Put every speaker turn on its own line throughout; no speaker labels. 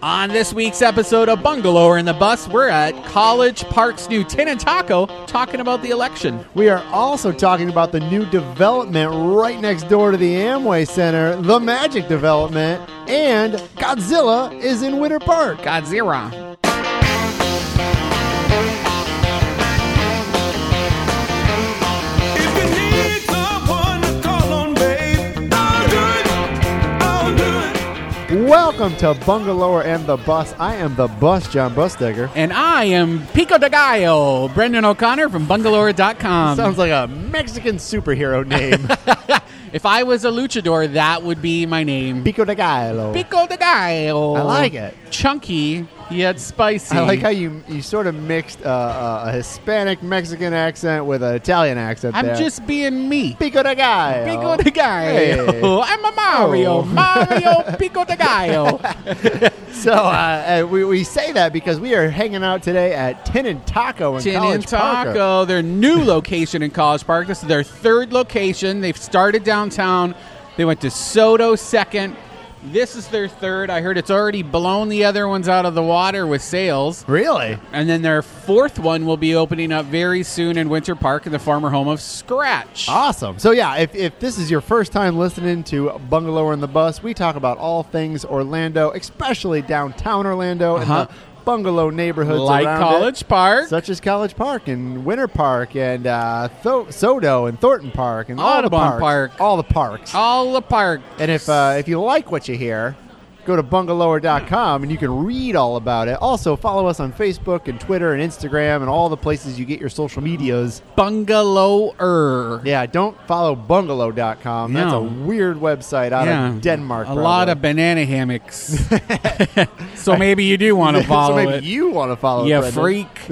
On this week's episode of Bungalower in the Bus, we're at College Park's new Tin and Taco talking about the election.
We are also talking about the new development right next door to the Amway Center, the Magic Development, and Godzilla is in Winter Park.
Godzilla.
If you need someone to call on, babe, I'll do it. I'll do it.
Welcome to Bungalower and the Bus. I am the bus, John Busdegger.
And I am Pico de Gallo, Brendan O'Connor from bungalower.com.
Sounds like a Mexican superhero name.
if I was a luchador, that would be my name.
Pico de Gallo.
Pico de Gallo.
I like it.
Chunky, yet spicy.
I like how you you sort of mixed uh, uh, a Hispanic Mexican accent with an Italian accent.
I'm
there.
just being me.
Pico de Gallo.
Pico de Gallo.
Hey.
I'm a Mario.
Oh.
Mario Pico de Gallo.
So uh, uh, we, we say that because we are hanging out today at Tin and Taco in
Tin
College
and
Parker.
Taco, their new location in College Park. This is their third location. They've started downtown. They went to Soto second. This is their third. I heard it's already blown the other ones out of the water with sales.
Really?
And then their fourth one will be opening up very soon in Winter Park in the former home of Scratch.
Awesome. So yeah, if, if this is your first time listening to Bungalow and the Bus, we talk about all things Orlando, especially downtown Orlando
Uh-huh.
and the bungalow neighborhoods
like
around
College
it,
Park.
such as College Park and Winter Park and uh, Tho- Soto and Thornton Park and all the
Audubon
parks,
Park.
all the parks.
all the park.
And if uh, if you like what you hear, go to bungalower.com and you can read all about it. Also, follow us on Facebook and Twitter and Instagram and all the places you get your social medias.
Bungalower.
Yeah, don't follow bungalow.com. That's
No.
a weird website out of Denmark.
A lot of
probably.
banana hammocks. so maybe you do want to follow
so maybe
it.
you want to follow
you
Brendan.
freak.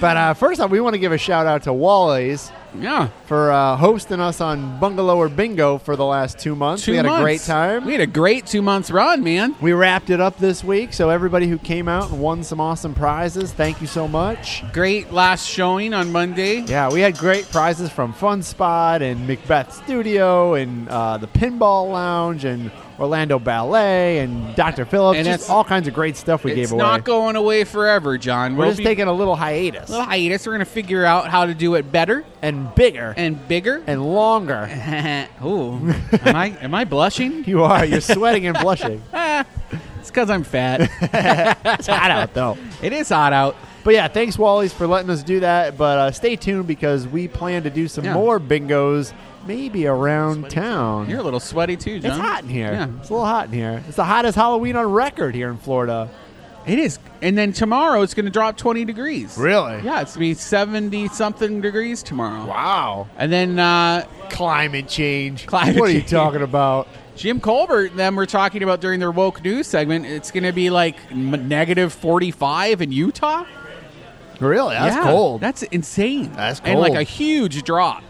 But uh, first off, we want to give a shout out to Wally's
yeah.
for uh, hosting us on Bungalower Bingo for the last two months.
Two
we had
months.
a great time.
We had a great two months run, man.
We wrapped it up this week, so everybody who came out and won some awesome prizes, thank you so much.
Great last showing on Monday.
Yeah, we had great prizes from Fun Spot and Macbeth Studio and uh, the Pinball Lounge and Orlando Ballet and Dr. Phillips.
And
And
it's-
all kinds of great stuff we
It's
gave away.
not going away forever, John.
We're
will
just taking a little hiatus
little hiatus. We're going to figure out how to do it better
and bigger and,
and bigger.
longer.
Ooh, am I am I blushing?
You are. You're sweating and blushing.
It's because I'm fat.
It's hot out though.
it is hot out.
But yeah, thanks Wally's for letting us do that. But uh, stay tuned because we plan to do some
Yeah.
more bingos, maybe around town.
You're a little sweaty too, John.
It's hot in here.
Yeah.
It's a little hot in here. It's the hottest Halloween on record here in Florida.
It is. And then tomorrow it's going to drop 20 degrees.
Really?
Yeah, it's going to be 70 something degrees tomorrow.
Wow.
And then uh,
Climate change.
Climate
what are you
change.
talking about?
Jim Colbert and them were talking about during their woke news segment. It's going to be like m- negative 45 in Utah.
Really?
Yeah, That's insane.
That's
And like
cold.
a huge drop.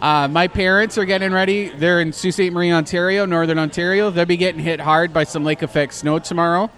Uh, my parents are getting ready. They're in Sault Ste. Marie, Ontario, Northern Ontario. They'll be getting hit hard by some lake effect snow tomorrow.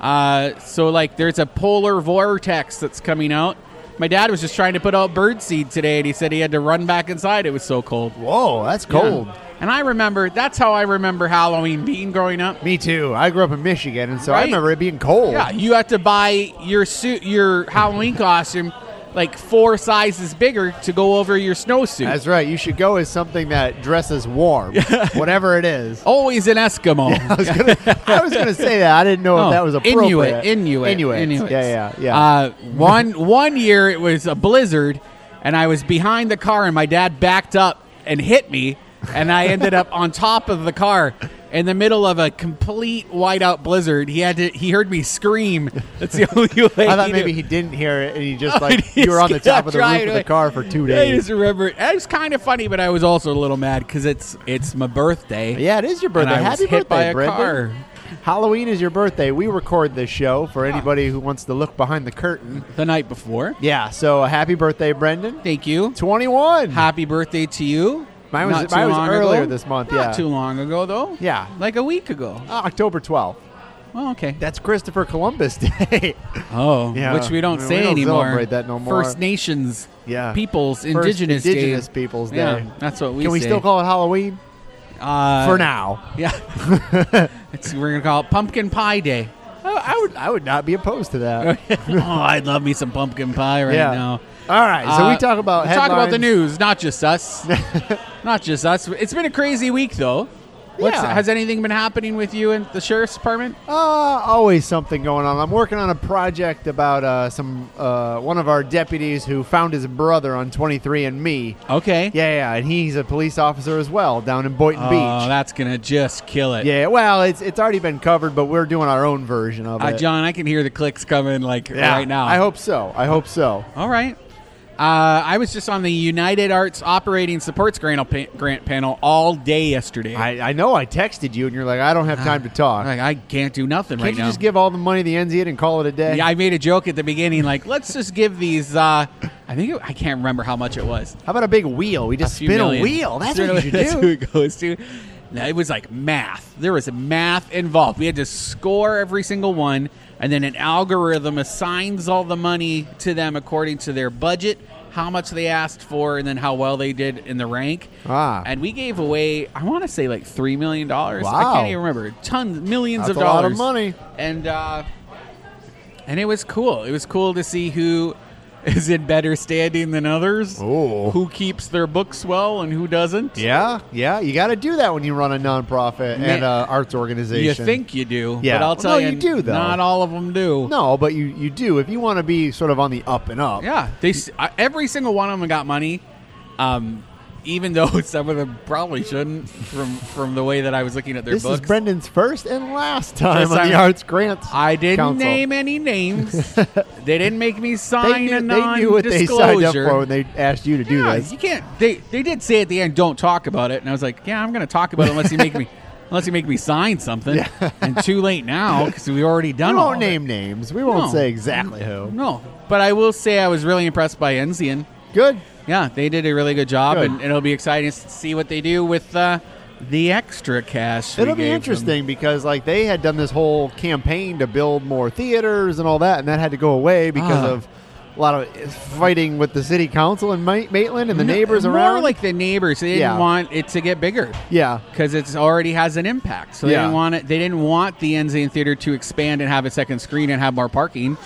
Uh, so, like, there's a polar vortex that's coming out. My dad was just trying to put out birdseed today, and he said he had to run back inside. It was so cold.
Whoa, that's cold.
Yeah. And I remember, that's how I remember Halloween being growing up.
Me too. I grew up in Michigan, and so I
Right.
remember it being cold.
Yeah, you have to buy your suit, your Halloween costume, like four sizes bigger to go over your snowsuit.
That's right. You should go as something that dresses warm, whatever it is.
Always an Eskimo.
I was gonna, I was gonna say that. I didn't know
Oh,
if that was appropriate.
Inuit, Inuit,
Inuit.
Inuits.
Yeah, yeah, yeah.
Uh, one one year it was a blizzard, and I was behind the car, and my dad backed up and hit me, and I ended up on top of the car in the middle of a complete whiteout blizzard. He had to. He heard me scream. That's the only way.
I thought
he
maybe
knew.
he didn't hear it, and he just
Oh,
like
he
you were on the
just
top
kept
of the roof
driving
of the
it.
car for two
I
days.
just remember it. It was kind of funny, but I was also a little mad because it's it's my birthday.
Yeah, it is your birthday.
And I was
Happy
hit
birthday,
by a
Brendan.
car.
Halloween is your birthday. We record this show for anybody who wants to look behind the curtain.
the night before.
Yeah, so happy birthday, Brendan.
Thank you.
21.
Happy birthday to you.
Mine was-
Not too
mine was
long
earlier
ago.
this month,
Not
yeah.
too long ago though.
Yeah.
like a week ago.
Ah, October 12th.
Oh, okay.
That's Christopher Columbus Day.
Oh,
Yeah.
which we don't
We- we
say
don't
anymore.
celebrate that no more.
First Nations,
Yeah.
peoples,
First
indigenous,
Indigenous
Day.
Peoples Day.
Yeah, that's what we
Can we
say.
still call it Halloween?
Uh,
for now.
Yeah. It's- we're going to call it Pumpkin Pie Day.
I would I would not be opposed to
oh,
that.
I'd love me some pumpkin pie right
yeah.
now.
All right. So we
Uh,
talk about
we talk about the
headlines.
news, not just us, not just us. It's been a crazy week though. What's,
Yeah.
Has anything been happening with you in the sheriff's department?
Uh, always something going on. I'm working on a project about uh, some uh, one of our deputies who found his brother on 23andMe.
Okay.
Yeah, yeah, and he's a police officer as well down in Boynton
Oh,
Beach.
that's gonna just kill it.
Yeah, well, it's it's already been covered, but we're doing our own version of
Uh,
it.
John, I can hear the clicks coming like
Yeah,
right now.
I hope so. I hope so.
All right. Uh, I was just on the United Arts Operating Supports Grant, pa- grant panel all day yesterday.
I, I know I texted you, and you're like, I don't have time to talk.
like, I can't do nothing
Can't
right
you
now.
just give all the money to the NZ and call it a day?
yeah, I made a joke at the beginning, like let's just give these. Uh, I think it, I can't remember how much it was.
How about a big wheel? We just
few
spin a
million.
wheel. That's
That's
what you
that's
should
who
do.
it goes to. No, it was like math. There was math involved. We had to score every single one, and then an algorithm assigns all the money to them according to their budget, how much they asked for, and then how well they did in the rank.
Ah.
And we gave away, I want to say, like $3 million. I
Wow.
can't even remember. Tons, millions
That's
of
a lot
dollars.
of money.
And, uh,. And it was cool. It was cool to see who is in better standing than others.
Oh.
Who keeps their books well and who doesn't.
Yeah, yeah. You got to do that when you run a nonprofit and uh, arts organization.
You think you do,
Yeah.
but I'll
Well,
tell
no,
you,
you do, though.
not all of them do.
No, but you, you do if you want to be sort of on the up and up.
Yeah, they s- I- every single one of them got money, um, even though some of them probably shouldn't from from the way that I was looking at their
This
books.
is Brendan's first and last time
First
on the
time.
Arts Grants.
I didn't
Council.
name any names. they didn't make me
They
sign
knew,
a
they
non
knew what they signed up for
disclosure.
when they asked you to do
Yeah,
this.
you can't. They they did say at the end, "Don't talk about it," and I was like, "Yeah, I'm going to talk about it unless you make me unless you make me sign something." and too late now because we've already done.
We
all
won't
of it.
name names. We won't
No.
say exactly who.
No, but I will say I was really impressed by Enzian.
Good.
Yeah, they did a really good job,
Good.
and, and it'll be exciting to see what they do with uh, the extra cash. we
It'll be
gave them.
interesting because like they had done this whole campaign to build more theaters and all that, and that had to go away because
Ah.
of a lot of fighting with the city council in Ma- Maitland and the neighbors
More
around.
like the neighbors. They didn't
Yeah.
want it to get bigger
yeah,
because it already has an impact. So they
Yeah.
didn't want it. They didn't want the Enzian Theater to expand and have a second screen and have more parking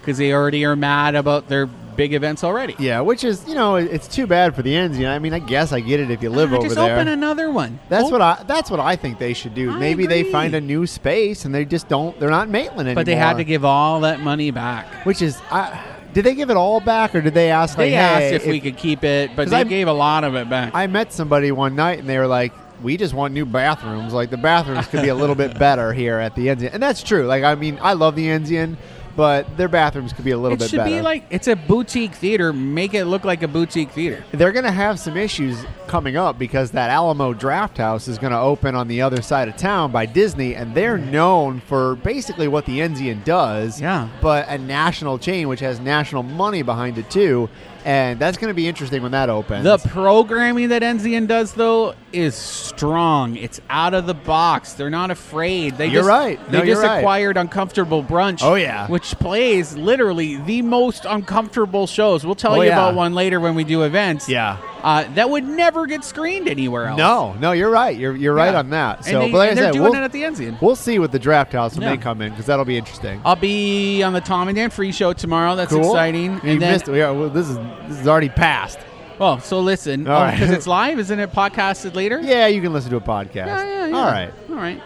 because they already are mad about their big events already.
yeah, which is you know it- it's too bad for the ends. You know, I mean, I guess I get it if you live
Ah,
over
just
there.
open another one. Oh,
that's
Op-
what I. That's what I think they should do.
I
Maybe they
agree.
find a new space and they just don't. They're not in Maitland anymore.
But they had to give all that money back.
which is. I, did they give it all back, or did they ask?
They
like,
asked
hey,
if, we could keep it, but
'Cause
they
I'm-
gave a lot of it back.
I met somebody one night and they were like, "We just want new bathrooms. Like the bathrooms could be a little bit better here at the Enzian." And that's true. Like I mean, I love the Enzian, but their bathrooms could be a little
it
bit
should
better.
be like it's a boutique theater. Make it look like a boutique theater.
They're going to have some issues coming up because that Alamo Draft House is going to open on the other side of town by Disney, and they're known for basically what the Enzian does.
Mm. Yeah.
But a national chain which has national money behind it too, and that's going to be interesting when that opens.
The programming that Enzian does though is strong. It's out of the box. They're not afraid. They
You're
just,
right. No,
they
you're
just
right.
acquired Uncomfortable Brunch.
Oh, yeah.
which plays literally the most uncomfortable shows. We'll tell
Oh,
you
yeah.
about one later when we do events.
Yeah.
uh, that would never get screened anywhere else.
No, no, you're right. You're you're right
Yeah.
on that.
And
So,
they-
but like
and
I
they're
said,
doing
we'll,
it at the Enzian.
We'll see with the draft house when
Yeah.
they come in because that'll be interesting.
I'll be on the Tom and Dan Free Show tomorrow. That's
Cool.
exciting.
You
and then
missed. it. Yeah, well, this is this is already passed.
Well, so listen,
All
because
right.
it's live, isn't it podcasted later?
Yeah, you can listen to a podcast.
Yeah, yeah, yeah.
All right.
All right.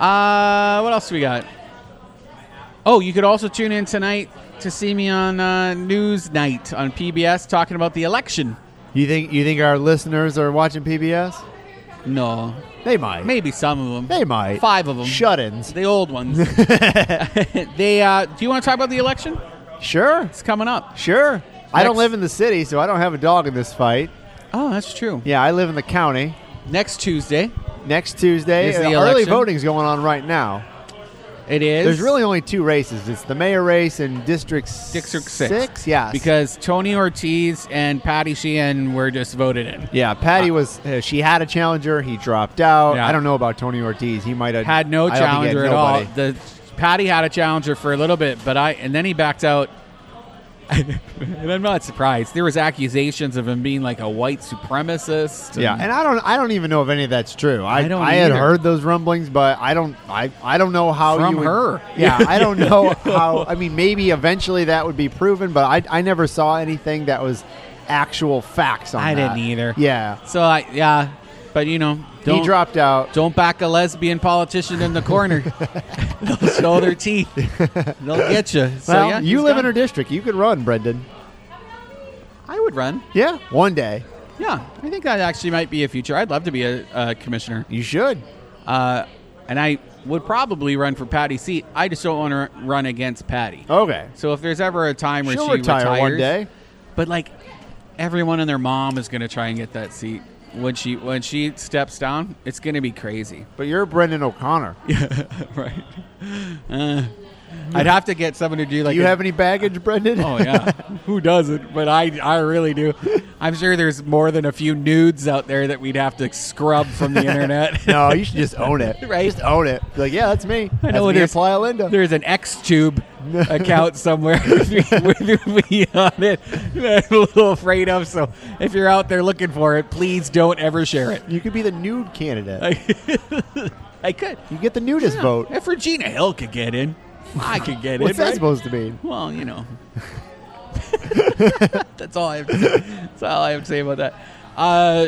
Uh, what else we got? Oh, you could also tune in tonight to see me on uh, News Night on PBS talking about the election.
You think you think our listeners are watching PBS?
No,
They might.
maybe some of them.
They might.
Five of them.
Shut-ins.
The old ones. they. Uh, do you want to talk about the election?
Sure.
It's coming up.
Sure. I don't
Next-
live in the city, so I don't have a dog in this fight.
Oh, that's true.
Yeah, I live in the county.
Next Tuesday,
Next Tuesday,
Is the
uh, early
election?
voting's going on right now.
it is.
There's really only two races. It's the mayor race and District
District Six.
Six, yes.
Because Tony Ortiz and Patty Sheehan were just voted in.
Yeah, Patty was. Uh, she had a challenger. He dropped out.
Yeah.
I don't know about Tony Ortiz. He might have
had
I
no
don't think he had
challenger at all.
nobody.
The Patty had a challenger for a little bit, but I and then he backed out. and I'm not surprised. There was accusations of him being like a white supremacist.
Yeah, and I don't I don't even know if any of that's true. I
I don't
I had
either.
heard those rumblings, but I don't I I don't know how
From
you would-
her.
Yeah, I don't know how. I mean, maybe eventually that would be proven, but I I never saw anything that was actual facts on
I
that.
didn't either.
Yeah,
So I yeah, but you know,
he
don't
dropped out.
don't back a lesbian politician in the corner. They'll show their teeth. They'll get you. So
well,
yeah,
you
he's
live in
gone.
her district. You could run, Brendan.
I would run.
Yeah, one day
Yeah, I think that actually might be a future. I'd love to be a, a commissioner,
you should.
uh, and I would probably run for Patty's seat. I just don't want to run against Patty.
Okay,
So if there's ever a time where
Oh. she'll
she
retire
retires,
one day.
But like everyone and their mom is going to try and get that seat when she when she steps down. It's going to be crazy.
But you're Brendan O'Connor.
right. Uh, I'd have to get someone to do like
Do you
a-
have any baggage, Brendan?
Oh yeah, who doesn't? But I, I really do. I'm sure there's more than a few nudes out there that we'd have to scrub from the internet.
no, you should just own it.
Right.
just own it. Be like, yeah, that's me.
I know
that's me
there's,
at Playa Linda.
there's an XTube account somewhere with me on it that I'm a little afraid of. So if you're out there looking for it, please don't ever share it.
You could be the nude candidate.
I could.
you get the nudist
Yeah.
vote.
If Regina Hill could get in, I could get
What's
in.
that
right?
supposed to mean?
Well, you know. That's all I have to say. That's all I have to say about that. Uh,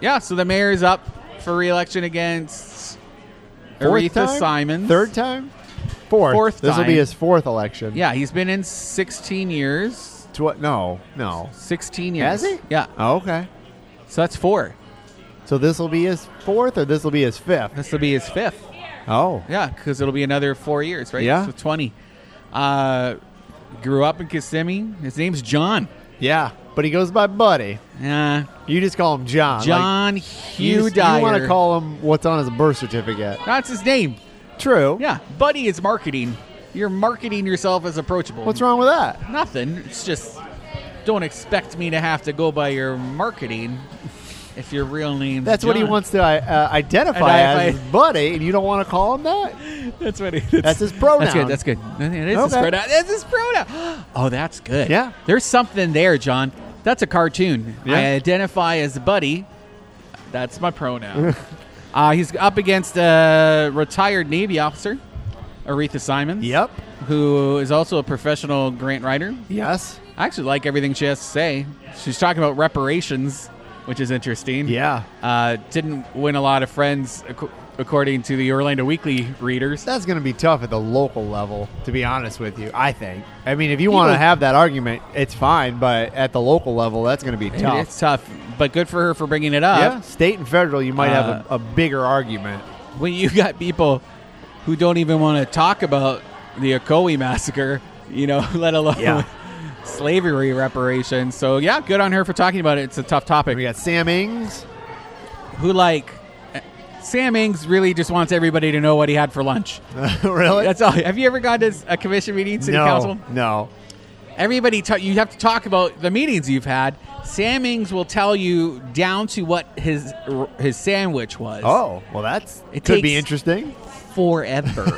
yeah, so the mayor is up for reelection against Aretha
time?
Simons.
Third time? Fourth.
Fourth
This will
time.
be his fourth election.
Yeah, he's been in 16 years.
Tw- no, no.
16 years.
Has he?
Yeah.
Oh, okay.
So that's four.
So this will be his fourth or this will be his fifth?
This will be his fifth.
Oh.
Yeah, because it'll be another four years, right?
Yeah.
So 20. Uh, grew up in Kissimmee. His name's John.
Yeah. But he goes by Buddy.
Yeah.
You just call him John. like,
John
you,
Hugh
just- you want
Dyer.
to call him what's on his birth certificate.
That's his name.
True.
Yeah, buddy is marketing. You're marketing yourself as approachable.
What's wrong with that?
Nothing. It's just don't expect me to have to go by your marketing if your real name.
That's what he wants to uh, identify
Identify.
as, is Buddy, and you don't want to call him that?
That's what he.
That's his pronoun.
That's good. That's good. That is his
Okay.
pronoun. That's his pronoun. Oh, that's good.
Yeah.
There's something there, John. That's a cartoon.
Yeah.
I identify as buddy. That's my pronoun. uh, he's up against a retired Navy officer, Aretha Simons.
Yep.
Who is also a professional grant writer.
Yes.
I actually like everything she has to say. She's talking about reparations, which is interesting.
Yeah.
Uh, didn't win a lot of friends, ac- according to the Orlando Weekly readers.
That's going to be tough at the local level, to be honest with you. I think. I mean, if you
People-
want to have that argument, it's fine, but at the local level, that's going to be tough.
It's tough, but good for her for bringing it
yeah,
up.
state and federal, you might have
Uh,
a, a bigger argument.
When you got people who don't even want to talk about the Ocoee massacre, you know, let alone
Yeah.
slavery reparations. So yeah, good on her for talking about it. It's a tough topic.
We got Sam Ings.
Who like Sam Ings really just wants everybody to know what he had for lunch.
really?
That's all. Have you ever gone to a commission meeting, city
no,
council?
no.
Everybody, ta- you have to talk about the meetings you've had. Sam Ings will tell you down to what his his sandwich was.
Oh, well, that's
It
could be
takes-
interesting.
forever.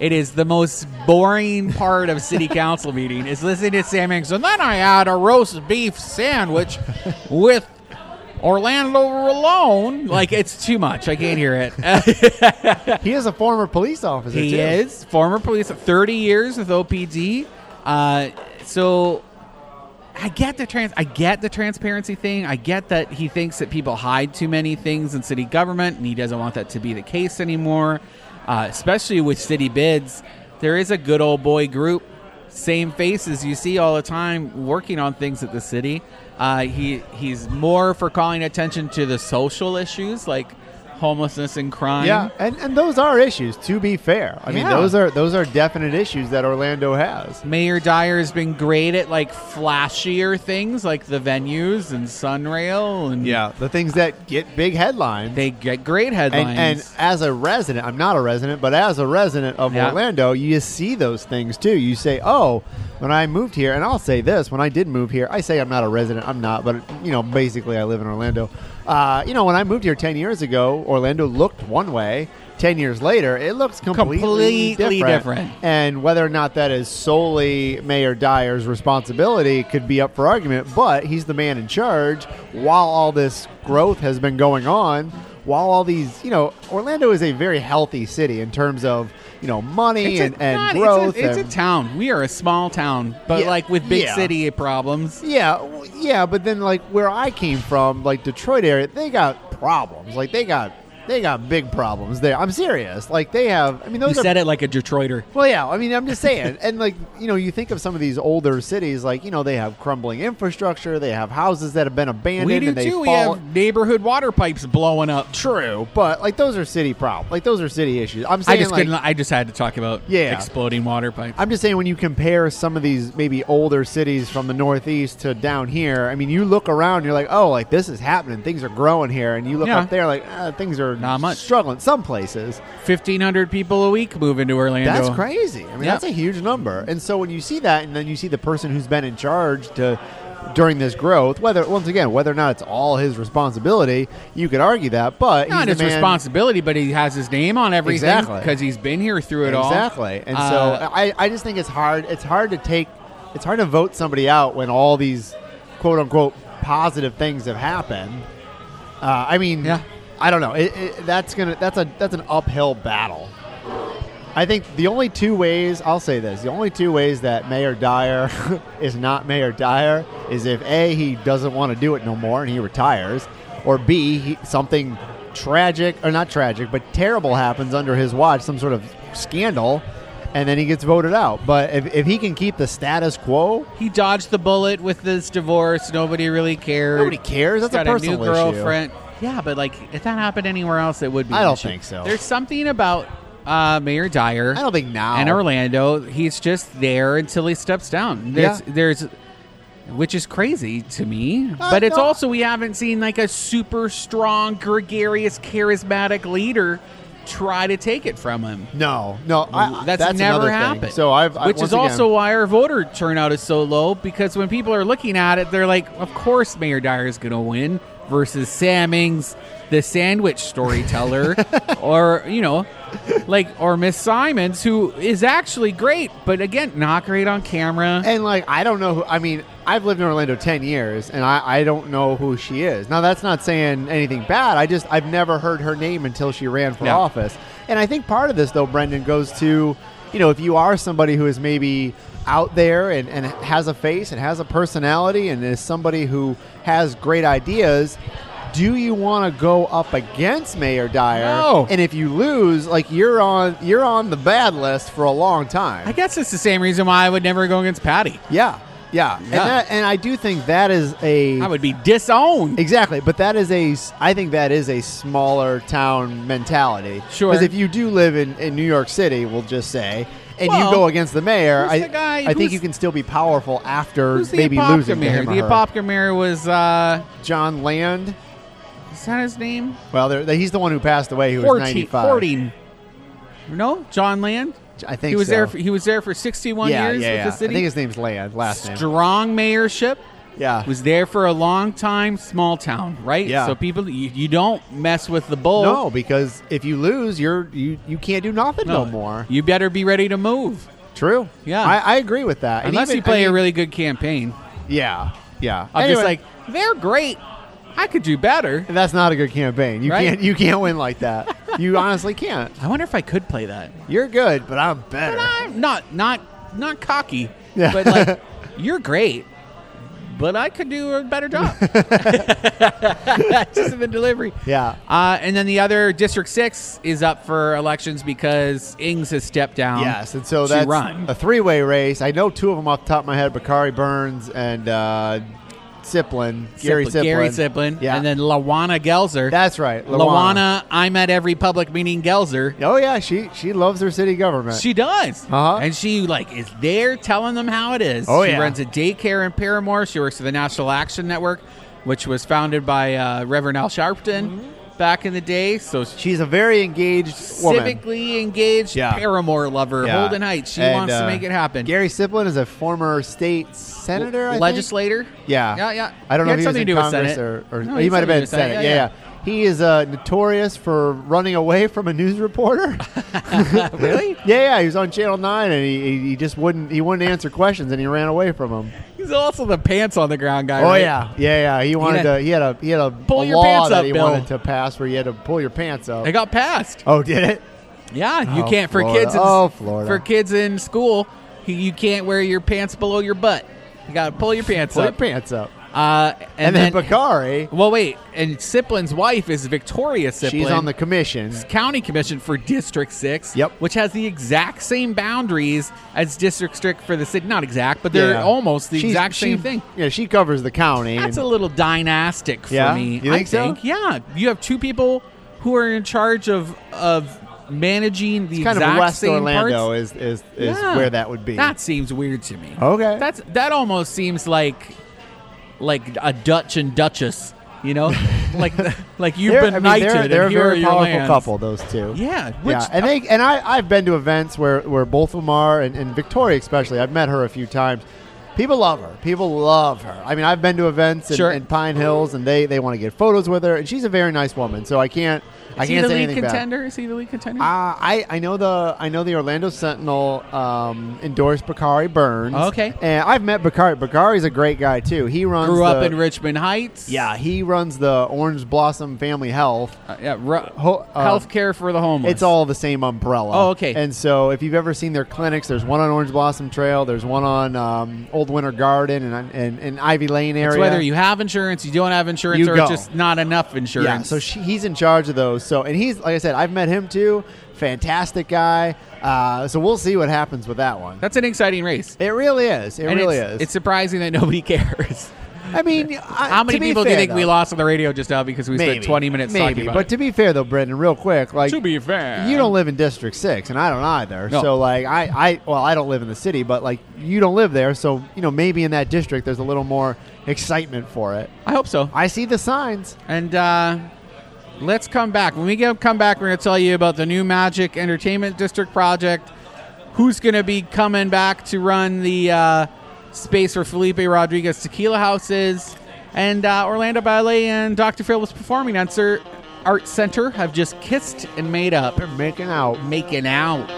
it is the most boring part of city council meeting is listening to Sam Ings. And then I had a roast beef sandwich with Orlando Rolone. Like it's too much. I can't hear it.
He is a former police officer.
He
too.
is former police, thirty years with OPD. Uh, so I get the trans, I get the transparency thing. I get that he thinks that people hide too many things in city government, and he doesn't want that to be the case anymore. Uh, especially with city bids, there is a good old boy group, same faces you see all the time working on things at the city. Uh, he he's more for calling attention to the social issues like homelessness and crime.
Yeah, and, and those are issues. To be fair, I mean
Yeah. Mm-hmm.
those are those are definite issues that Orlando has.
Mayor Dyer has been great at like flashier things like the venues and Sunrail and
the things that get big headlines.
they get great
and,
headlines.
and as a resident, I'm not a resident, but as a resident of
Yeah.
Orlando, you see those things too. You say, "Oh, when I moved here," and I'll say this: when I did move here, I say I'm not a resident. I'm not, but you know, basically, I live in Orlando. Uh, you know, when I moved here 10 years ago, Orlando looked one way. 10 years later, it looks completely,
Completely different.
And whether or not that is solely Mayor Dyer's responsibility could be up for argument, but he's the man in charge while all this growth has been going on. While all these, you know, Orlando is a very healthy city in terms of, you know, money
It's a-
and, and
not- it's a-
growth.
It's a,
and-
town. We are a small town, but
Yeah,
like with big
yeah.
city problems.
Yeah, w- yeah, but then like where I came from, like Detroit area, they got problems. Like they got they got big problems there. I'm serious. Like they have. I mean,
You
those are.
said it like a Detroiter.
Well, yeah. I mean, I'm just saying. and like you know, you think of some of these older cities, like you know, they have crumbling infrastructure. They have houses that have been abandoned.
we do
and they
too. We
fall-
have neighborhood water pipes blowing up.
True, but like those are city problems. Like those are city issues. I'm
I
saying
just
like,
couldn't. I just had to talk about
Yeah.
exploding water pipes.
I'm just saying when you compare some of these maybe older cities from the Northeast to down here, I mean, you look around, and you're like, oh, like this is happening, things are growing here, and you look
Yeah.
up there, like ah, things are
Not much.
struggling. Some places,
Fifteen hundred people a week move into Orlando.
that's crazy. I mean,
Yeah.
that's a huge number. And so when you see that, and then you see the person who's been in charge to during this growth, whether once again whether or not it's all his responsibility, you could argue that, but
Not
he's
his
the man-
responsibility, but he has his name on everything
Exactly.
because he's been here through it all.
Exactly. And
Uh,
so I, I just think it's hard. It's hard to take. It's hard to vote somebody out when all these quote unquote positive things have happened. Uh, I mean,
Yeah.
I don't know. It, it, that's gonna. That's a. That's an uphill battle. I think the only two ways I'll say this: the only two ways that Mayor Dyer is not Mayor Dyer is if a he doesn't want to do it no more and he retires, or b he, something tragic or not tragic but terrible happens under his watch, some sort of scandal, and then he gets voted out. But if, if he can keep the status quo,
he dodged the bullet with this divorce. Nobody really cared.
nobody cares. That's
got
a
a,
personal
new
issue.
girlfriend. Yeah, but like if that happened anywhere else, it would be.
I
an
don't
issue.
think so.
There's something about uh, Mayor Dyer
I don't think now.
and Orlando. He's just there until he steps down. There's,
Yeah.
there's which is crazy to me.
Uh,
but it's
no.
also we haven't seen like a super strong, gregarious, charismatic leader try to take it from him.
no, no, I, I-
that's,
another
never
thing.
happened.
So I've, I-
which
once
is
again-
also why our voter turnout is so low because when people are looking at it, they're like, "Of course, Mayor Dyer is going to win versus Sammings, the sandwich storyteller, or you know, like or Miss Simons, who is actually great, but again, not great on camera."
And like, I don't know who. I mean, I've lived in Orlando ten years, and I, I don't know who she is. Now, that's not saying anything bad. I just I've never heard her name until she ran for
Yeah.
office. And I think part of this, though, Brendan goes to, you know, if you are somebody who is maybe out there and, and has a face and has a personality and is somebody who has great ideas. Do you want to go up against Mayor Dyer?
No.
And if you lose, like you're on you're on the bad list for a long time.
I guess it's the same reason why I would never go against Patty.
Yeah, yeah, and,
Yeah.
that, and I do think that is a
I would be disowned.
exactly, but that is a s- I think that is a smaller town mentality.
Sure.
because if you do live in, in New York City, we'll just say, and
Well,
you go against the mayor,
who's
I,
the guy-
I think
who's-
you can still be powerful after
Who's the
maybe
Apopka
losing to
mayor?
him or
The
her.
Apopka mayor was uh,
John Land.
is that his name?
Well, they're- they, he's the one who passed away. He was
14,
95.
14. No, John Land.
I think
he was
so.
there. For, he was there for 61
yeah,
years with
yeah, yeah.
the
I think
city.
his name's Land. Last name.
Strong mayorship.
Yeah.
Was there for a long time. Small town, right?
Yeah.
So people, you, you don't mess with the bull.
No, because if you lose, you're you, you can't do nothing no more.
You better be ready to move,
True.
Yeah.
I, I agree with that. And
unless
even-
you play
I
a
mean,
really good campaign.
yeah, yeah.
I'm
Anyway,
just like, they're great. I could do better.
that's not a good campaign. You
Right?
can't you can't win like that. you honestly can't.
I wonder if I could play that.
You're good, but I'm better.
But I'm not not not cocky.
Yeah.
But like, you're great. But I could do a better job. just in the delivery.
yeah.
Uh, and then the other District Six is up for elections because Ings has stepped down.
Yes, and so
to
that's
Um, run.
a three-way race. I know two of them off the top of my head: Bakari Burns and uh, Siplin, Gary Siplin.
Gary Siplin,
Yeah,
and then Lawana Gelzer.
that's right, Lawana.
Lawana. I'm at every public meeting. Gelzer.
Oh yeah, she she loves her city government.
She does,
Uh-huh.
and she like is there telling them how it is.
Oh,
she
yeah.
runs a daycare in Paramore. She works for the National Action Network, which was founded by uh, Reverend Al Sharpton back in the day. So
She's a very engaged Mm-hmm. woman.
civically engaged
Yeah.
Paramore lover,
Yeah.
Holden Heights. She
And,
wants to
uh,
make it happen.
Gary Siplin is a former state senator, I think?
legislator.
Yeah,
yeah, yeah.
I don't
He had
know if he was
something
in
to do with
Congress
Senate.
or, or
No,
he,
he had
might
something to
have
do
been
with
Senate.
Senate.
Yeah,
Yeah,
yeah. He is uh, notorious for running away from a news reporter.
really?
yeah, yeah, he was on Channel Nine, and he, he, he just wouldn't he wouldn't answer questions, and he ran away from him.
He's also the pants on the ground guy.
Oh
right?
yeah, yeah, yeah. He wanted
had-
to. He had a he had a,
Pull
a
your
law
pants
that
up,
he
Bill.
wanted to pass where you had to pull your pants up.
They got passed.
oh, did it?
Yeah, you
Oh,
can't for
Florida.
kids. In,
Oh, Florida.
For kids in school, he- you can't wear your pants below your butt. You got to pull your pants
Pull your
up.
pants up.
Uh, and,
And, then,
then,
Bakari,
well, wait. And Siplin's wife is Victoria Siplin.
she's on the commission.
county commission for District Six.
Yep.
Which has the exact same boundaries as District Six for the city. Not exact, but they're
Yeah.
almost the
She's-
exact
she-
same thing.
Yeah, she covers the county.
That's a
and-
little dynastic for
Yeah?
me.
You think
I
so?
think, yeah. You have two people who are in charge of of managing the
it's kind
exact
of West
same
Orlando
parts.
is is, is
Yeah.
where that would be.
That seems weird to me.
okay.
That's that almost seems like like a Dutch and Duchess, you know, like the, like you've
They're-
been
I mean,
knighted.
they're,
and
they're a
here are
very
your
powerful
lands.
couple. Those two.
Yeah, which
yeah, and they and I I've been to events where where both of them are, and, and Victoria especially. I've met her a few times. People love her. People love her. I mean, I've been to events in,
Sure.
in Pine Hills, and they they want to get photos with her, and she's a very nice woman. So I can't I
is he
can't
the
say
lead
anything bad.
contender? Is he the lead contender?
Uh, I, I know the I know the Orlando Sentinel um, endorsed Bakari Burns.
Oh, Okay.
and I've met Bakari. Bakari's a great guy too. He runs
Grew up
the-
in Richmond Heights.
yeah he runs the Orange Blossom Family Health.
Uh, yeah. Ru-
Ho- uh,
healthcare for the homeless.
It's all the same umbrella.
Oh, okay.
And so if you've ever seen their clinics, there's one on Orange Blossom Trail, there's one on um, Old Winter Garden and, and, and Ivy Lane area.
It's whether you have insurance, you don't have insurance,
You
or
go.
just not enough insurance.
yeah, so she, he's in charge of those. So and he's like I said, I've met him too. Fantastic guy. Uh, so we'll see what happens with that one.
that's an exciting race.
It really is. It
And
really
it's,
is.
It's surprising that nobody cares.
I mean, I,
How many
to be
people do
fair,
you think we
though-
lost on the radio just now because we
Maybe
spent 20 minutes
maybe.
talking about
but
it?
to be fair though, Brendan, real quick, like
fair,
You don't live in District Six, and I don't either.
No.
So, like, I, I, well, I don't live in the city, but like, you don't live there, so you know, maybe in that district, there's a little more excitement for it.
I hope so.
I see the signs.
And uh, let's come back. When we get, come back, we're going to tell you about the new Magic Entertainment District project, who's going to be coming back to run the uh, space for Felipe Rodriguez Tequila Houses, and uh, Orlando Ballet and Dr. Phillips Performing Arts Cer- Arts Center have just kissed and made up,
They're making out.
making out.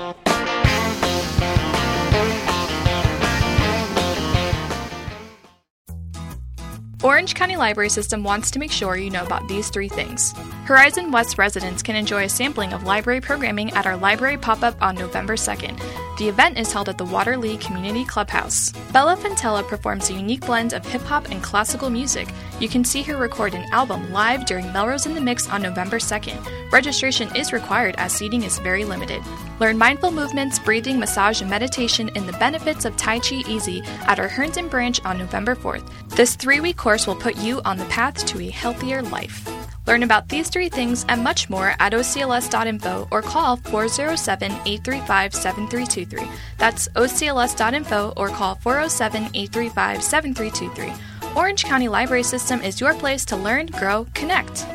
Orange County Library System wants to make sure you know about these three things. Horizon West residents can enjoy a sampling of library programming at our library pop up on November 2nd. The event is held at the Waterlea Community Clubhouse. Bella Fantella performs a unique blend of hip hop and classical music. You can see her record an album live during Melrose in the Mix on November 2nd. Registration is required as seating is very limited. Learn mindful movements, breathing, massage, and meditation in the benefits of Tai Chi Easy at our Herndon branch on November 4th. This three week course will put you on the path to a healthier life. Learn about these three things and much more at ocls.info or call 407 835 7323. That's ocls.info or call 407 835 7323. Orange County Library System is your place to learn, grow, connect.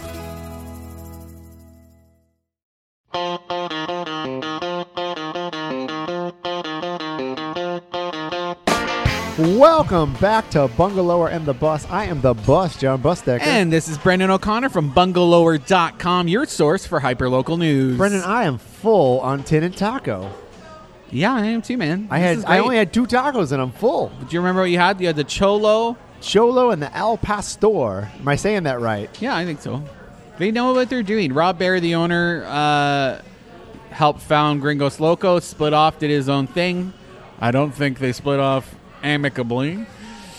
Welcome back to Bungalower and the Bus. I am the Bus, John Bustecker.
And this is Brendan O'Connor from bungalower.com, your source for hyperlocal news.
Brendan, I am full on tin and taco.
yeah, I am too, man.
I
This
had,
is
I
great.
only had two tacos, and I'm full.
Do you remember what you had? You had the cholo.
Cholo and the Al Pastor. Am I saying that right?
Yeah, I think so. They know what they're doing. Rob Bear, the owner, uh, helped found Gringos Locos, split off, did his own thing. I don't think they split off amicably.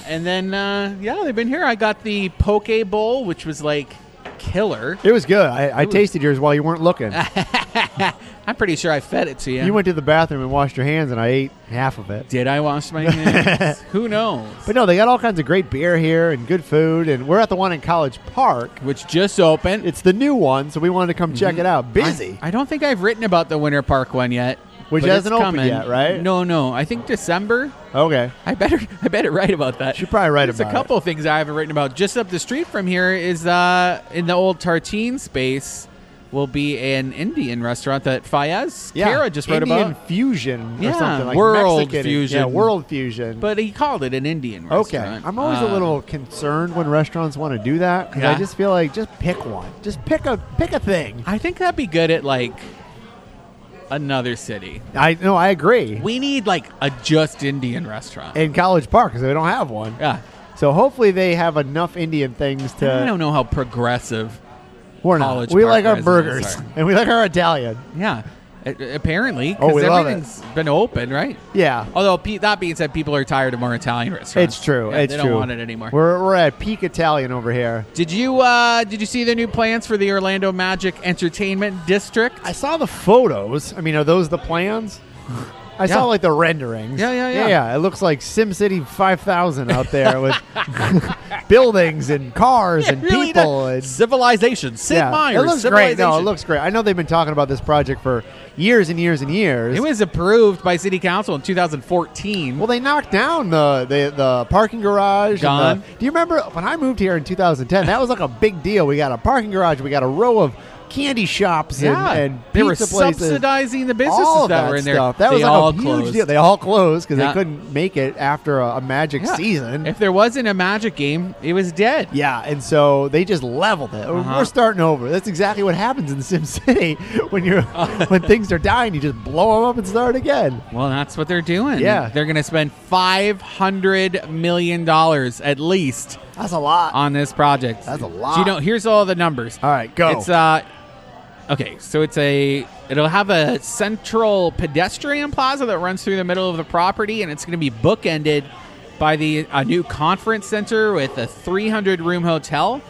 And then, uh, yeah, they've been here. I got the Poke Bowl, which was like killer.
It was good. I, I tasted yours while you weren't looking.
I'm pretty sure I fed it to you.
You went to the bathroom and washed your hands, and I ate half of it.
did I wash my hands? Who knows?
But no, they got all kinds of great beer here and good food, and we're at the one in College Park.
Which just opened.
It's the new one, so we wanted to come check it out. Busy.
Mm-hmm. I don't think I've written about the Winter Park one yet.
Which
but it's
hasn't opened
coming.
yet, right?
No, no. I think December.
okay,
I better I better write about that.
should probably write
There's
about
a couple things I haven't written about. Just up the street from here is uh, in the old Tartine space. will be an Indian restaurant that Fayez
Yeah,
Kara just wrote
Indian
about.
fusion or
Yeah,
something like
world
Mexican-
fusion.
Yeah, world fusion.
But he called it an Indian
okay,
restaurant.
I'm always a
Uh,
little concerned when restaurants want to do that because
Yeah.
I just feel like just pick one, just pick a pick a thing.
I think that'd be good at like another city.
I no, I agree.
We need like a just Indian restaurant.
in College Park because they don't have one.
yeah.
So hopefully they have enough Indian things to.
I don't know how progressive.
We're not.
College
we
Park
like our
residents
burgers
are.
and we like our Italian.
Yeah. A- apparently,
Oh, we
because
love it.
everything's been open, right?
Yeah,
Although pe- that being said, people are tired of more Italian restaurants.
it's true.
Yeah,
it's
they
true.
don't want it anymore.
We're, we're at peak Italian over here.
did you uh, did you see the new plans for the Orlando Magic Entertainment District?
I saw the photos. I mean, are those the plans? I
Yeah.
saw like the renderings.
Yeah, yeah, yeah.
Yeah, it looks like SimCity 5000 out there with buildings and cars and
Really
people.
does.
and-
civilization. Sid
yeah,
Meier.
it looks great. No, it
Civilization.
looks great. I know they've been talking about this project for years and years and years.
It was approved by City Council in 2014.
Well, they knocked down the the, the parking garage. and
Gone.
the- do you remember when I moved here in 2010? That was like a big deal. We got a parking garage. We got a row of candy shops
yeah,
and, and
they
pizza
were
places.
subsidizing the businesses
all of
that,
that
were in there.
stuff. That
they
was like
all
a huge
closed.
deal. They all closed because
Yeah.
they couldn't make it after a, a Magic
Yeah.
season.
If there wasn't a Magic game, it was dead.
yeah, and so they just leveled it. We're-
Uh-huh.
We're starting over. That's exactly what happens in Sim City when you're when things are dying. You just blow them up and start again.
Well, that's what they're doing.
Yeah.
They're going to spend $500 million at least
That's a lot.
on this project.
That's a
So you
lot.
know, here's all the numbers.
all right, go.
It's uh okay, so it's a it'll have a central pedestrian plaza that runs through the middle of the property and it's going to be bookended by the a new conference center with a 300 room hotel,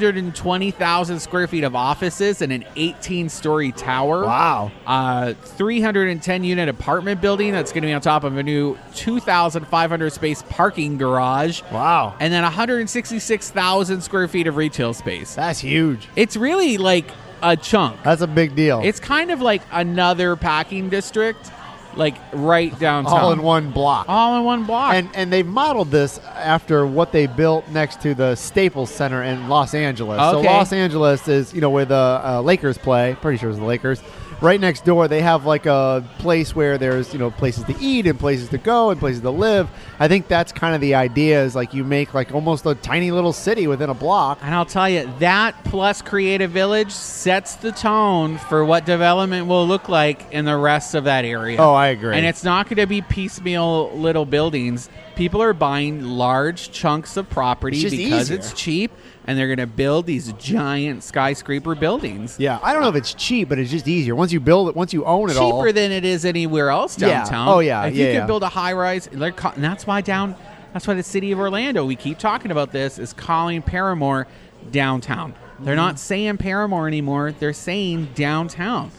420,000 square feet of offices and an 18 story tower.
wow.
Uh, 310 unit apartment building that's going to be on top of a new 2,500 space parking garage.
Wow.
And then 166,000 square feet of retail space.
That's huge.
It's really like a chunk.
That's a big deal.
It's kind of like another packing district, like right downtown.
all in one block.
All in one block.
And and they modeled this after what they built next to the Staples Center in Los Angeles. So
Okay.
Los Angeles is you know where the uh, Lakers play. Pretty sure it's the Lakers. Right next door, they have like a place where there's you know places to eat and places to go and places to live. I think that's kind of the idea is like you make like almost a tiny little city within a block.
and I'll tell you, that plus Creative Village sets the tone for what development will look like in the rest of that area.
Oh, I agree.
And it's not going to be piecemeal little buildings. People are buying large chunks of property
It's just
because
easier.
it's cheap, and they're going to build these giant skyscraper buildings.
yeah, I don't know if it's cheap, but it's just easier once you build it, once you own it
cheaper
all.
than it is anywhere else
Yeah.
downtown.
Oh, yeah.
if
Yeah,
you
yeah.
could build a high rise, like, co- and that's why down, that's why the city of Orlando. We keep talking about this is calling Paramore downtown. They're
Mm-hmm.
not saying Paramore anymore. They're saying downtown,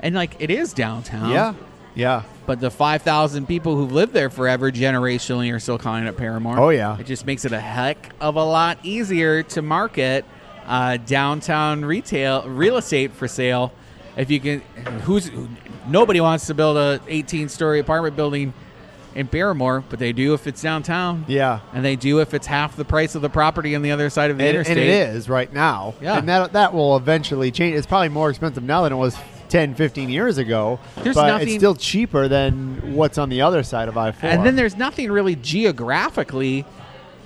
and like it is downtown.
yeah, yeah.
But the five thousand people who've lived there forever, generationally, are still calling it Paramore.
Oh, yeah.
It just makes it a heck of a lot easier to market uh, downtown retail real estate for sale. If you can, who's nobody wants to build a eighteen story apartment building in Paramore, but they do if it's downtown.
Yeah.
and they do if it's half the price of the property on the other side of the
and,
interstate.
and it is right now.
Yeah.
And that, that will eventually change. It's probably more expensive now than it was 10, 15 years ago.
There's
but
nothing-
it's still cheaper than what's on the other side of I 4.
And then there's nothing really geographically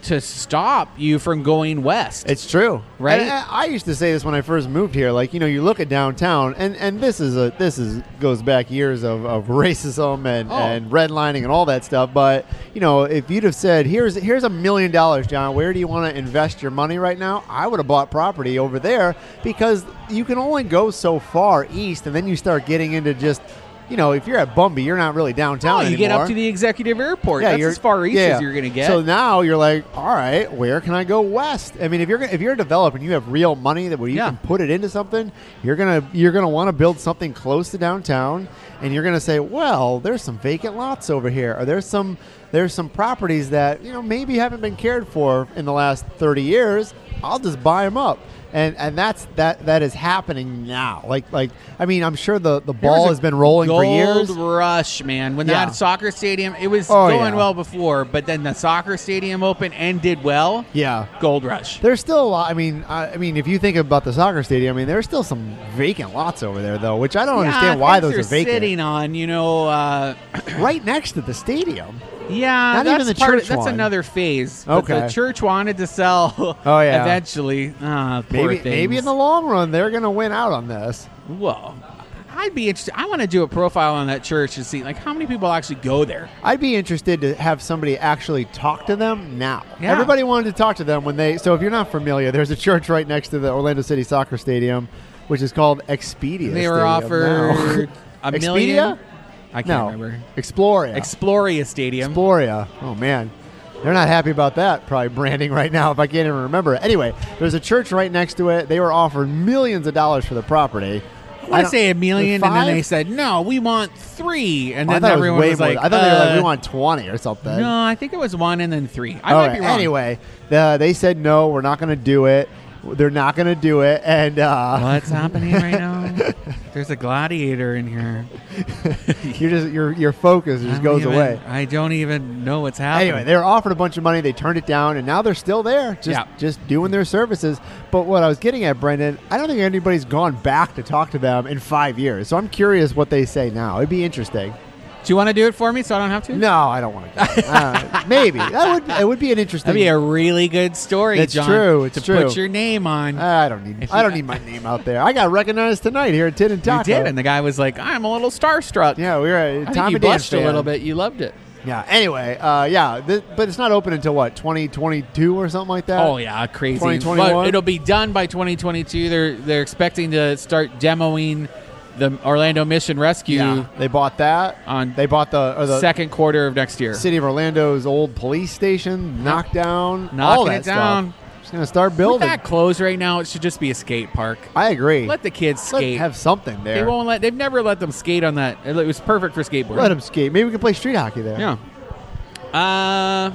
to stop you from going west.
It's true,
Right?
And I, I used to say this when I first moved here. Like, you know, you look at downtown, and, and this is a this is goes back years of, of racism and,
Oh.
and redlining and all that stuff. But you know, if you'd have said, "Here's here's a million dollars, John. Where do you want to invest your money right now?" I would have bought property over there because you can only go so far east, and then you start getting into just. You know, if you're at Bumby, you're not really downtown
Oh, you
anymore.
get up to the executive airport. That's
you're-
as far east
yeah.
as you're going to get.
So now you're like, all right, where can I go west? I mean, if you're gonna- if you're a developer and you have real money that where you
Yeah.
can put it into something, you're gonna you're gonna want to build something close to downtown, and you're gonna say, well, there's some vacant lots over here, or there's some there's some properties that you know maybe haven't been cared for in the last 30 years. I'll just buy them up. And, and that's that that is happening now. Like like I mean I'm sure the, the
There was
ball
a
has been rolling for years.
Gold rush, man. When
Yeah.
that soccer stadium, it was
Oh,
going
yeah.
well before, but then the soccer stadium opened and did well.
Yeah.
Gold rush.
There's still a lot. I mean, I, I mean, if you think about the soccer stadium, I mean, there's still some vacant lots over there, though, which I don't
Yeah,
understand why
things
those are vacant.
sitting on, you know. Uh,
Right next to the stadium.
yeah,
Not
that's
even the
part of-
church
That's
one.
another phase. But
Okay.
the church wanted to sell.
Oh, yeah.
eventually. Ah, poor
Maybe, maybe in
things.
the long run, they're going to win out on this.
Whoa. I'd be interested. I want to do a profile on that church and see like how many people actually go there.
I'd be interested to have somebody actually talk to them now.
Yeah.
Everybody wanted to talk to them when they. So if you're not familiar, there's a church right next to the Orlando City Soccer Stadium, which is called Expedia.
They were
Stadium now.
offered a
Expedia?
million. I can't
no,
remember.
Exploria.
Exploria Stadium.
Exploria. Oh man, they're not happy about that. Probably branding right now. If I can't even remember it. Anyway, there's a church right next to it. They were offered millions of dollars for the property.
I
don't-
say a million, and then
five? Oh,
they said, "No, we want three. And
I
then
thought it was
everyone
way
was,
more.
like,
I thought they were like,
uh,
we want twenty or something.
No, I think it was one and then three. I
All
might
right.
be wrong.
Anyway, the, they said no. We're not going to do it. They're not going to do it. And uh,
what's happening right now? There's a gladiator in here.
you just your your focus
I
just
don't
goes
even-
away.
I don't even know what's happening.
Anyway, they were offered a bunch of money. They turned it down, and now they're still there, just
Yeah.
just doing their services. But what I was getting at, Brendan, I don't think anybody's gone back to talk to them in five years. So I'm curious what they say now. It'd be interesting.
do you want to do it for me so I don't have to?
No, I don't want to. Uh, maybe that would it would be an interesting.
That'd be a really good story,
It's
John.
true, it's
to
true. Uh,
put your name on.
I don't need.
If
I don't
you-
need my name out there. I got recognized tonight here at Tin and Taco.
you did, and the guy was like, "I'm a little starstruck."
Yeah, we were a
I think
Tom
you
and Dan
blushed a
fan.
little bit. You loved it.
Yeah. Anyway, uh, yeah, th- but it's not open until what 2022 or something like that.
Oh yeah, crazy.
2021?
But it'll be done by 2022. They're they're expecting to start demoing the Orlando Mission Rescue
yeah. They bought that.
On
they bought the, or the
second quarter of next year.
city of Orlando's old police station knocked down. all
Knocking
that
it down.
Stuff. Just gonna start
With
building.
that closed right now, it should just be a skate park.
I agree.
Let the kids
Let 'em
skate.
have something there.
they won't let. They've never let them skate on that. It was perfect for skateboarding.
Let them skate. Maybe we can play street hockey there.
Yeah. Uh,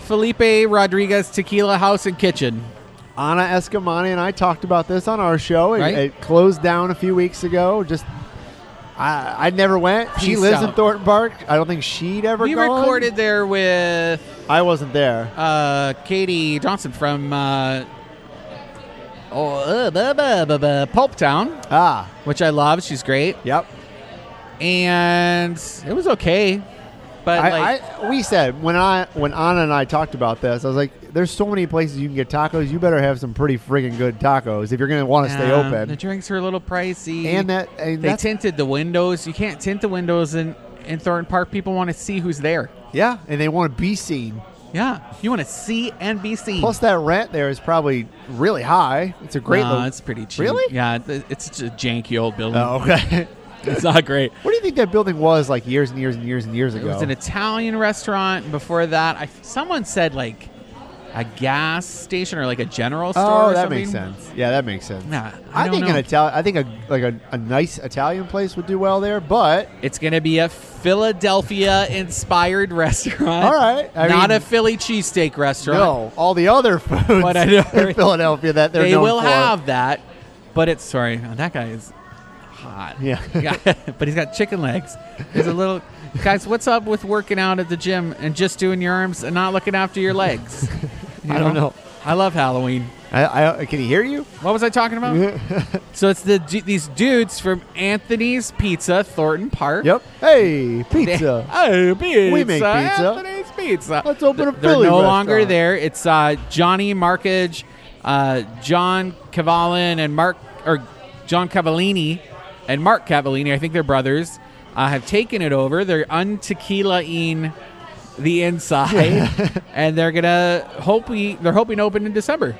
Felipe Rodriguez Tequila House and Kitchen.
Anna Escamani and I talked about this on our show. It,
Right.
it closed down a few weeks ago. Just. I, I never went. She
Peace
lives in
out.
Thornton Park. I don't think she'd ever
We
gone.
recorded there with
I wasn't there.
uh, Katie Johnson from uh, oh, uh, buh, buh, buh, buh, Pulp Town,
Ah,
which I love. She's great,
yep.
and it was okay. But
I,
like,
I, we said when I when Anna and I talked about this, I was like, "There's so many places you can get tacos. You better have some pretty friggin' good tacos if you're gonna want to stay
um,
open."
The drinks are a little pricey,
and that and
they
that's,
tinted the windows. You can't tint the windows in in Thornton Park. People want to see who's there.
yeah, and they want to be seen.
Yeah, you want to see and be seen.
Plus, that rent there is probably really high. It's a great.
No,
lo-
it's pretty cheap.
Really?
Yeah, it- it's just a janky old building.
Oh, okay.
It's not great.
what do you think that building was like years and years and years and years
It
ago?
was an Italian restaurant. and Before that, I, someone said like a gas station or like a general store.
oh,
or
that
something.
makes sense. Yeah, that makes sense.
Nah, I
I,
don't
think an
know.
Italian. I think a like a, a nice Italian place would do well there, but
It's going to be a Philadelphia-inspired restaurant.
All right, I
not
mean-
a Philly cheesesteak restaurant.
No, all the other foods
But I know-
in Philadelphia that they're
they
known
will
for.
have that. But it's sorry, oh, that guy is hot.
Yeah.
but he's got chicken legs. He's a little guys. What's up with working out at the gym and just doing your arms and not looking after your legs? You
I don't know.
I love Halloween.
I, I, can he hear you?
What was I talking about? so it's the du- these dudes from Anthony's Pizza, Thornton Park.
Yep. Hey,
They-
pizza.
oh, pizza.
We make pizza.
Anthony's Pizza.
Let's open a
They're
Philly
no
restaurant.
longer there. It's uh, Johnny Markage, uh, John Cavallin, and Mark or John Cavallini and Mark Cavallini. I think they're brothers. Uh, have taken it over. They're untequila-ing the inside, and they're gonna hope we. They're hoping to open in December.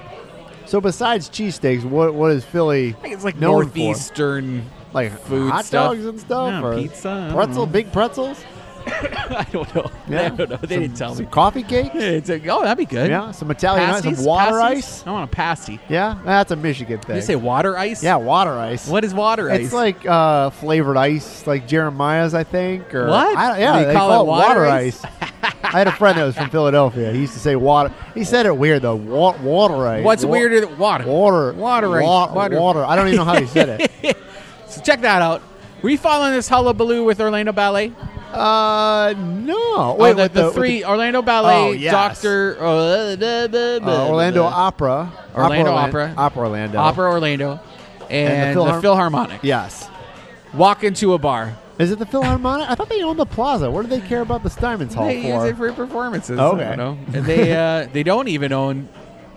So besides cheesesteaks, what what is Philly?
I think it's like
known for?
northeastern.
like
food
hot
stuff.
dogs and stuff,
No,
or
pizza, I don't
pretzel,
know.
big pretzels.
I don't know. I don't know. They
Some-
didn't tell
some
me.
Coffee cake.
It's like, oh, that'd be good.
Yeah, some Italian ice, some water
Pasties?
ice.
I want a pasty.
Yeah, that's a Michigan thing.
Did you say water ice?
yeah, water ice.
What is water ice?
It's like uh, flavored ice, like Jeremiah's, I think. Or
What?
I don't- yeah,
They
they
call
call,
it
it water
water
ice. I had a friend that was from Philadelphia. He used to say water. He said it weird though. Wa- water ice.
What's
Wa-
weirder than water?
Water.
Water ice.
Wa-
Water.
Water. I don't even know how he said it.
So check that out. Were you following this hullabaloo with Orlando Ballet?
Uh, no.
Oh,
Wait,
the,
with
the
with
three Orlando Ballet,
Oh, yes.
Doctor
uh, Orlando Opera,
Orlando
Orlan-
Opera.
Opera Orlando,
Opera Orlando, and,
And
the,
the Philhar-
Philharmonic.
Yes.
Walk into a bar.
Is it the Philharmonic? I thought they owned the Plaza. What do they care about the Steinman's Hall
they
for?
use it for performances.
Okay.
I don't know. And they uh, they don't even own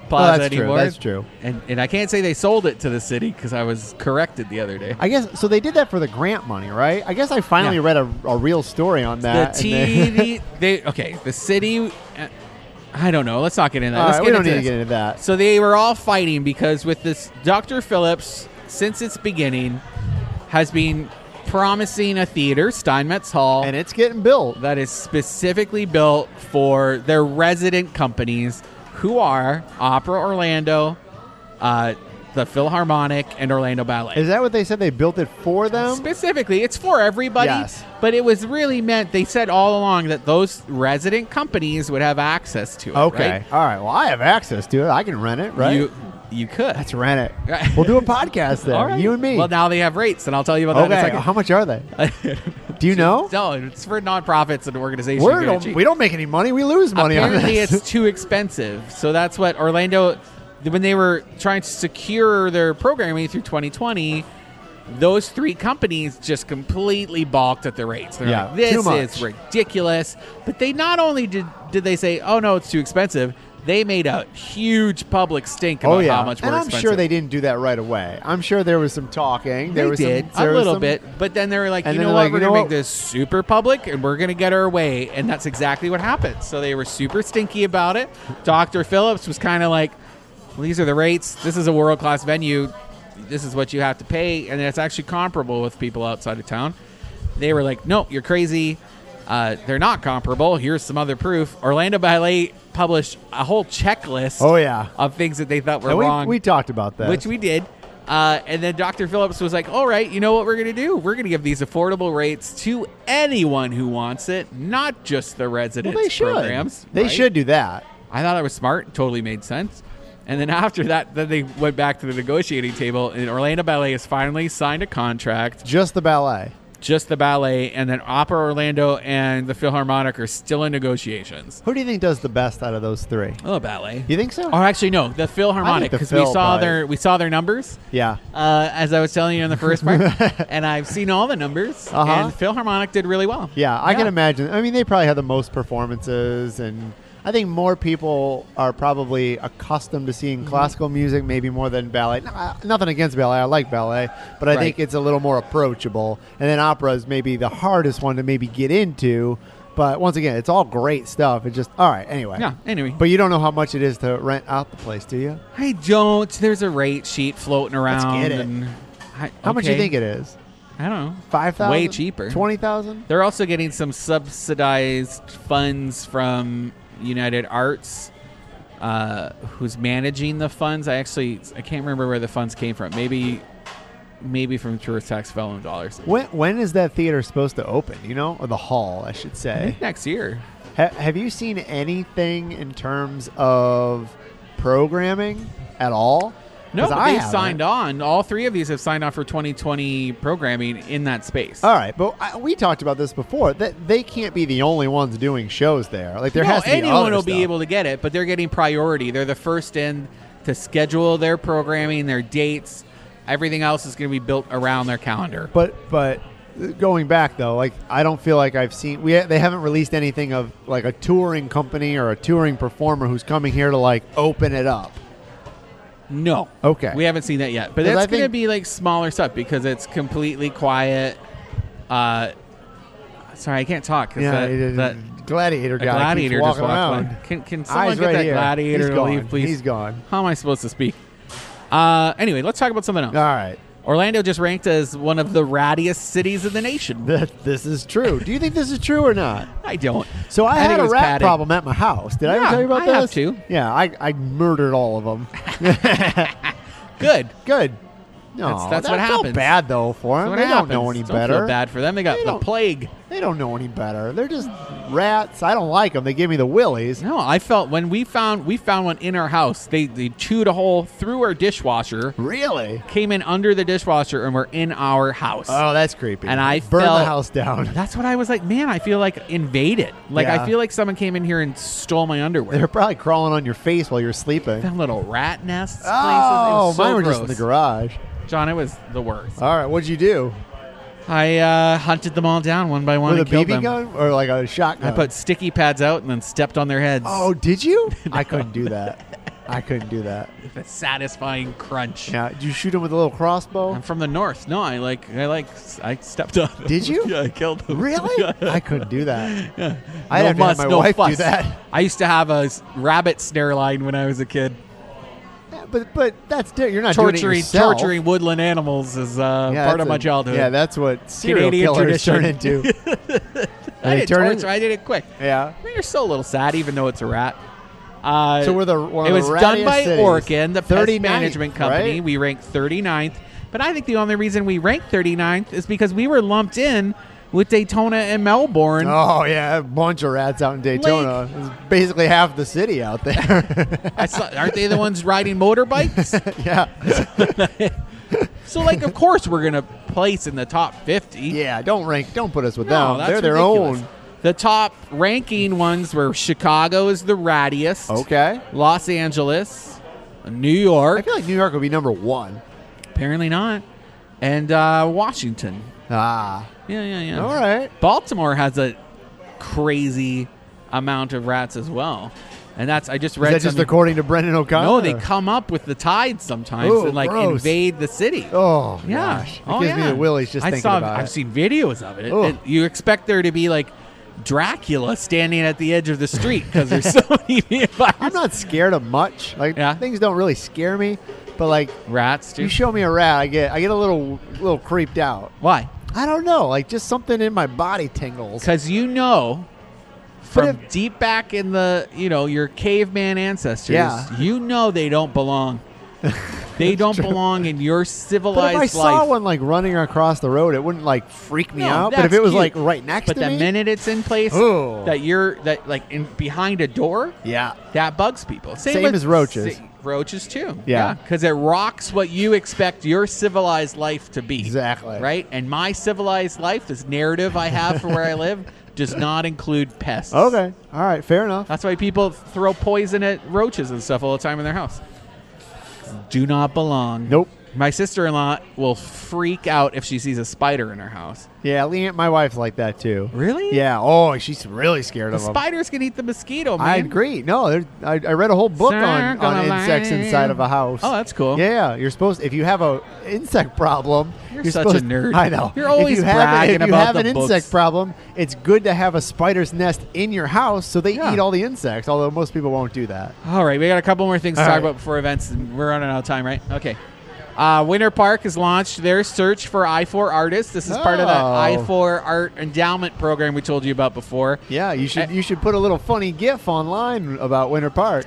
Plaza
Oh, that's true,
anymore.
that's true.
And and I can't say they sold it to the city because I was corrected the other day.
I guess so. They did that for the grant money, right? I guess I finally
Yeah.
read a, a real story on
the
that. and Uh, they-
TV, they okay. The city, uh, I don't know. Let's not get into that.
All
Let's
right,
get
we don't
into
need to
this.
get into that.
So they were all fighting because with this Dr. Phillips, since its beginning, has been promising a theater, Steinmetz Hall,
And it's getting built.
that is specifically built for their resident companies, who are Opera Orlando, uh, the Philharmonic, and Orlando Ballet.
Is that what they said? They built it for them?
Specifically, it's for everybody.
Yes.
But it was really meant. They said all along that those resident companies would have access to it.
Okay.
right?
All right. Well, I have access to it. I can rent it, right?
You you could.
Let's rent it.
Right.
We'll do a podcast there.
All right.
You and me.
Well, now they have rates, and I'll tell you about
okay.
that in a
How
second.
much are they? Do you know?
No, it's for nonprofits and organizations.
We're
Get it
don't,
cheap.
we don't make any money. We lose money
Apparently,
on this.
it's too expensive. So that's what Orlando, when they were trying to secure their programming through 2020, those three companies just completely balked at the rates. They're
Yeah,
like, this
too much."
is ridiculous. But they not only did, did they say, oh, no, it's too expensive, they made a huge public stink about
oh yeah.
how much more
and I'm
expensive.
sure they didn't do that right away. I'm sure there was some talking. There
They
was
did
some, there
a
was
little
some-
bit, but then they were like,
And
you
then
know what?
they're like,
we're
you know
gonna make
what?
this super public, and we're gonna get our way, and that's exactly what happened. So they were super stinky about it. Doctor Phillips was kind of like, well, these are the rates. This is a world class venue. This is what you have to pay, and it's actually comparable with people outside of town. They were like, no, you're crazy. Uh, they're not comparable. Here's some other proof. Orlando Ballet published a whole checklist
Oh, yeah.
of things that they thought were
And
wrong.
We, we talked about that.
Which we did. Uh, and then Dr. Phillips was like, all right, you know what we're going to do? We're going to give these affordable rates to anyone who wants it, not just the residents'
well, they should.
programs.
They
right?
should do that.
I thought it was smart. Totally made sense. And then after that, then they went back to the negotiating table, and Orlando Ballet has finally signed a contract.
Just the ballet.
Just the ballet, and then Opera Orlando and the Philharmonic are still in negotiations.
Who do you think does the best out of those three?
Oh, ballet!
You think so?
Or actually, no, the Philharmonic
the
because we
Phil
saw
probably-
their we saw their numbers.
Yeah.
uh, as I was telling you in the first part, and I've seen all the numbers.
Uh-huh.
And Philharmonic did really well.
Yeah, I can
Yeah.
imagine. I mean, they probably had the most performances, and I think more people are probably accustomed to seeing
Mm-hmm.
classical music, maybe more than ballet. No, I- nothing against ballet; I like ballet, but I
Right.
think it's a little more approachable. And then opera is maybe the hardest one to maybe get into. But once again, it's all great stuff. It's just all right. Anyway,
Yeah, anyway.
But you don't know how much it is to rent out the place, do you?
I don't. There's a rate sheet floating around.
get it.
And I,
How much do you
okay.
think it is?
I don't know.
Five thousand.
Way cheaper.
Twenty thousand.
They're also getting some subsidized funds from United Arts, uh, who's managing the funds. I actually I can't remember where the funds came from. Maybe, maybe from tourist tax felon dollars.
When when is that theater supposed to open? You know, or the hall, I should say.
Next year.
Ha- have you seen anything in terms of programming at all?
No,
'Cause
but
I
they've
haven't.
signed on. All three of these have signed on for 2020 programming in that space.
All right, but I, we talked about this before. That they can't be the only ones doing shows there. Like there
no,
has to be
anyone
other
will
stuff.
be able to get it, but they're getting priority. They're the first in to schedule their programming, their dates. Everything else is going to be built around their calendar.
But but going back though, like I don't feel like I've seen we they haven't released anything of like a touring company or a touring performer who's coming here to like open it up.
No.
Okay.
We haven't seen that yet. But
'Cause
that's
I think-
going to be like smaller stuff because it's completely quiet. Uh, sorry, I can't talk. 'cause
Yeah,
that-
it- it-
that-
gladiator
a
guy
gladiator
keeps
just
walking
walked
around.
by. Can, can someone
Eyes
get
right
that
here.
gladiator
He's
to
gone.
leave, please?
He's gone.
How am I supposed to speak? Uh, anyway, let's talk about something else.
All right.
Orlando just ranked as one of the rattiest cities in the nation.
That this is true. Do you think this is true or not?
I don't.
So I,
think
had
it
a
was
rat
padded.
problem at my house. Did I ever
Yeah,
tell you about
I
this?
have two.
Yeah, I, I murdered all of them.
Good.
Good. No,
That's- that's
that
what
felt
happens.
bad though for them.
That's what
they don't know
happens.
any
Don't
better.
Feel bad for them. They got
They
the
don't-
plague.
They don't know any better. They're just rats. I don't like them. They give me the willies.
No, I felt when we found we found one in our house. They they chewed a hole through our dishwasher,
Really?
came in under the dishwasher, and were in our house.
Oh, that's creepy.
And I
burn the
felt-
house down.
That's what I was like, man. I feel like invaded. Like
Yeah.
I feel like someone came in here and stole my underwear.
They're probably crawling on your face while you're sleeping.
Them little rat nests. places. It
Oh,
was so
mine were just in the
gross.
garage.
John, it was the worst.
All right, what'd you do?
I uh, hunted them all down one by one
With a
and killed
BB
them.
gun or like a shotgun?
I put sticky pads out and then stepped on their heads.
Oh, did you? I couldn't do that. I couldn't do that.
the satisfying crunch.
Now, did you shoot him with a little crossbow?
I'm from the north. No, I like I like I stepped on. them.
Did you?
yeah, I killed them.
Really? I couldn't do that. I'd have to
must,
have my
no
wife do
fuss.
that.
I used to have a s- rabbit snare line when I was a kid.
Yeah, But but that's di- you're not doing it
Torturing
yourself.
torturing woodland animals is uh,
Yeah,
part
that's
of my
a-
childhood.
Yeah, that's what serial
Canadian
killers
tradition.
turn into.
I
They
did
turn
torture.
in-
I did it quick.
yeah.
You're still a little sad, even though it's a rat. Uh,
So we're the one
it
of
was
the
done
rattiest
by
cities.
Orkin, the pest
39th,
management company.
right?
We ranked 39th. But I think the only reason we ranked 39th is because we were lumped in with Daytona and Melbourne.
Oh yeah, a bunch of rats out in Daytona. It's basically half the city out there.
I saw- aren't they the ones riding motorbikes?
yeah,
so, like, of course we're going to place in the top 50.
yeah. Don't rank. Don't put us with
No,
them.
that's
They're their
ridiculous.
own.
The top ranking ones were Chicago is the rattiest.
Okay.
Los Angeles, New
I
York.
feel like New York would be number one.
Apparently not. And uh, Washington.
Ah,
Yeah, yeah, yeah.
all right.
Baltimore has a crazy amount of rats as well, and that's I just
Is
read.
that just
something-
according to Brendan O'Connor?
no, they come up with the tide sometimes
Ooh,
and like
gross.
invade the city.
Oh
yeah,
gosh, it
oh,
gives
yeah.
me the willies just
I
thinking
saw,
about
I've
it.
seen videos of it.
Ugh.
And You expect there to be like Dracula standing at the edge of the street because there's so many vampires.
I'm not scared of much. Like
Yeah.
things don't really scare me, but like
rats.
you
Dude.
show me a rat, I get I get a little little creeped out.
Why?
I don't know, like just something in my body tingles.
Because you know. From
if-
deep back in the, you know, your caveman ancestors,
Yeah.
you know they don't belong. They don't belong in your
But
civilized
if I
life.
saw one like running across the road, it wouldn't like freak me
No,
out. But if
that's
it was
cute.
like right next
But
to
the
me,
minute it's in place,
Ooh.
that you're that like in behind a door,
yeah,
that bugs people. Same,
Same
with-
as roaches.
sa- roaches too.
Yeah.
because it rocks what you expect your civilized life to be.
Exactly.
Right, and my civilized life, this narrative I have for where I live, does not include pests.
okay, all right, fair enough.
That's why people throw poison at roaches and stuff all the time in their house. Do not belong.
Nope.
My sister-in-law will freak out if she sees a spider in her house.
Yeah, Leanne, my wife's like that too.
Really?
Yeah. Oh, she's really scared
The
of them.
spiders can eat the mosquito, man.
I agree. No, there- I, I read a whole book on,
Circle
on
of
insects
life.
inside of a house.
Oh, that's cool.
Yeah, you're supposed if you have a insect problem.
You're such a
supposed-
nerd.
I know.
You're always
if you have,
bragging
if you
about
have
the
an
books.
insect problem, it's good to have a spider's nest in your house so they
Yeah.
eat all the insects. Although most people won't do that.
All right, we got a couple more things to
All
talk
right.
about before events. and We're running out of time, right? Okay. Uh, Winter Park has launched their search for I4 artists. This is part of the
Oh.
I4 Art Endowment Program we told you about before.
Yeah, you should
I-
you should put a little funny GIF online about Winter Park.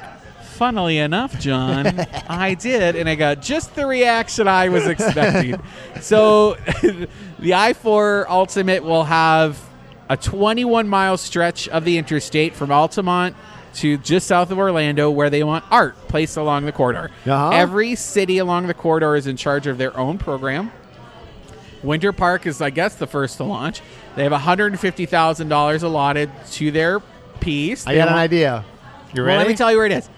Funnily enough, John, I did, and I got just the reaction I was expecting. so, the I4 Ultimate will have a 21 mile stretch of the interstate from Altamont to just south of Orlando where they want art placed along the corridor.
Uh-huh.
Every city along the corridor is in charge of their own program. Winter Park is, I guess, the first to launch. They have $150,000 allotted to their piece.
I
They
got an
want-
idea. You
well,
ready?
let me tell you where it is.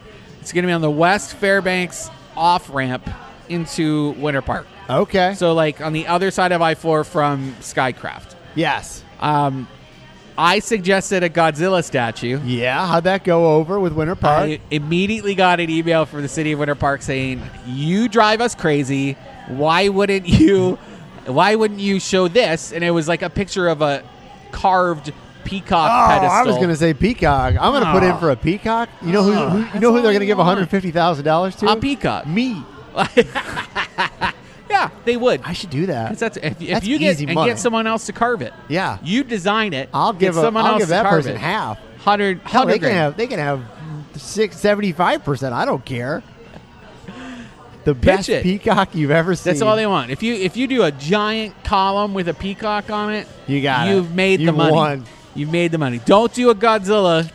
It's going to be on the West Fairbanks off ramp into Winter Park.
okay.
So, like on the other side of I 4 from Skycraft.
yes.
Um, I suggested a Godzilla statue.
Yeah. How'd that go over with Winter Park?
I immediately got an email from the city of Winter Park saying, "You drive us crazy. Why wouldn't you? Why wouldn't you show this?" And it was like a picture of a carved peacock
Oh,
pedestal.
I was going to say peacock. I'm going to put in for a peacock. You know who? who you know who
Oh. all
they're
you
going to give
want.
150 thousand dollars to?
A peacock.
Me.
yeah, they would.
I should do that.
Because that's if, if
That's
you get
easy
and
money.
get someone else to carve it.
Yeah.
you design it.
I'll give
get
a,
someone
I'll
else
give
to
that
carve
person
it.
half.
Hundred,
Hell,
hundred
they can
grand.
have they can have six seventy five percent. I don't care. the best
it.
peacock you've ever seen.
That's all they want. If you if you do a giant column with a peacock on it,
You got it.
You've made the
You've
money.
won.
You've made the money. Don't do a Godzilla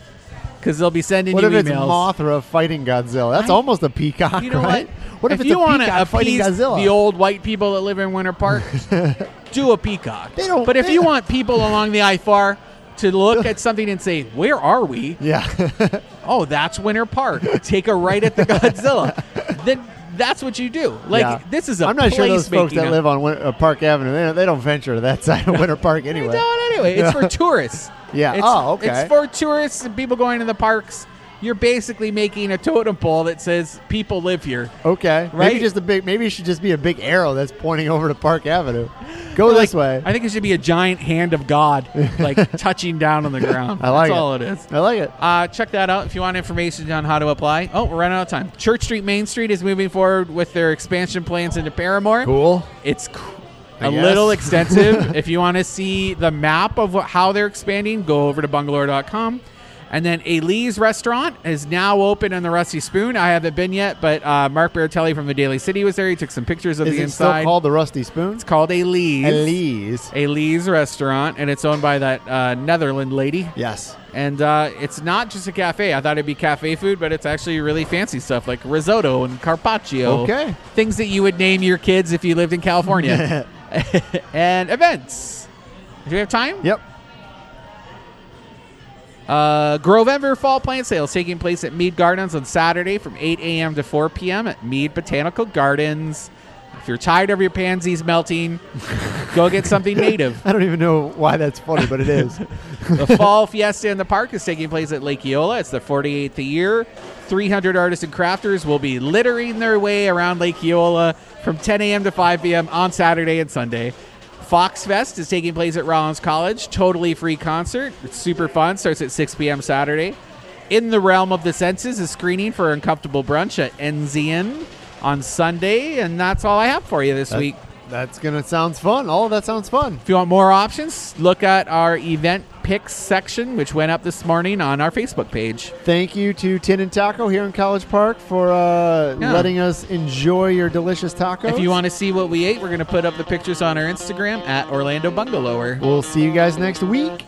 because they'll be sending
What
you
if it's
emails.
Mothra fighting Godzilla? That's
I-
almost a peacock,
you know
right?
what?
What if, it's
you
a
want
peacock
to
fighting
appease
Godzilla?
the old white people that live in Winter Park, do a peacock.
They don't-
but if
they-
you want people along the IFAR to look at something and say, "Where are we?"
yeah.
oh, that's Winter Park. Take a right at the Godzilla. then that's what you do. Like
Yeah.
this is a
I'm not sure those folks
place-making
that live on Win- uh, Park Avenue they don't, they don't venture to that side of Winter Park
They
anyway.
don't anyway. It's for tourists.
Yeah.
It's,
Oh, okay.
It's for tourists and people going to the parks. You're basically making a totem pole that says people live here.
Okay,
Right?
Maybe just a big. Maybe it should just be a big arrow that's pointing over to Park Avenue. Go
Like,
this way.
I think it should be a giant hand of God, like touching down on the ground.
I like
That's
it.
all it is.
I like it.
Uh, check that out if you want information on how to apply. Oh, we're running out of time. Church Street Main Street is moving forward with their expansion plans into Paramore.
Cool.
It's cr-
I
a
guess.
little extensive. if you want to see the map of what, how they're expanding, go over to bungalore.com. And then Elise Restaurant is now open in the Rusty Spoon. I haven't been yet, but uh, Mark Bertelli from the Daily City was there. He took some pictures of
Is
the
it
inside.
still called the Rusty Spoon?
it's called Elise.
Elise.
Elise Restaurant, and it's owned by that uh, Netherland lady.
Yes.
And uh, it's not just a cafe. I thought it'd be cafe food, but it's actually really fancy stuff like risotto and carpaccio.
Okay.
Things that you would name your kids if you lived in California. and events. Do we have time?
Yep.
Uh, Grovember Fall Plant Sale is taking place at Mead Gardens on Saturday from 8 a.m. to 4 p.m. at Mead Botanical Gardens. If you're tired of your pansies melting, go get something native.
I don't even know why that's funny, but it is.
The Fall Fiesta in the Park is taking place at Lake Eola. It's the 48th year. 300 artists and crafters will be littering their way around Lake Eola from 10 a.m. to 5 p.m. on Saturday and Sunday. Fox Fest is taking place at Rollins College. Totally free concert. It's super fun. Starts at 6 p.m. Saturday. In the Realm of the Senses is screening for Uncomfortable Brunch at Enzian on Sunday. And that's all I have for you this week.
That's gonna sounds fun. All of that sounds fun.
If you want more options, look at our event picks section, which went up this morning on our Facebook page.
Thank you to Tin and Taco here in College Park for uh,
Yeah.
letting us enjoy your delicious tacos.
If you want to see what we ate, we're going to put up the pictures on our Instagram at Orlando Bungalower.
we'll see you guys next week.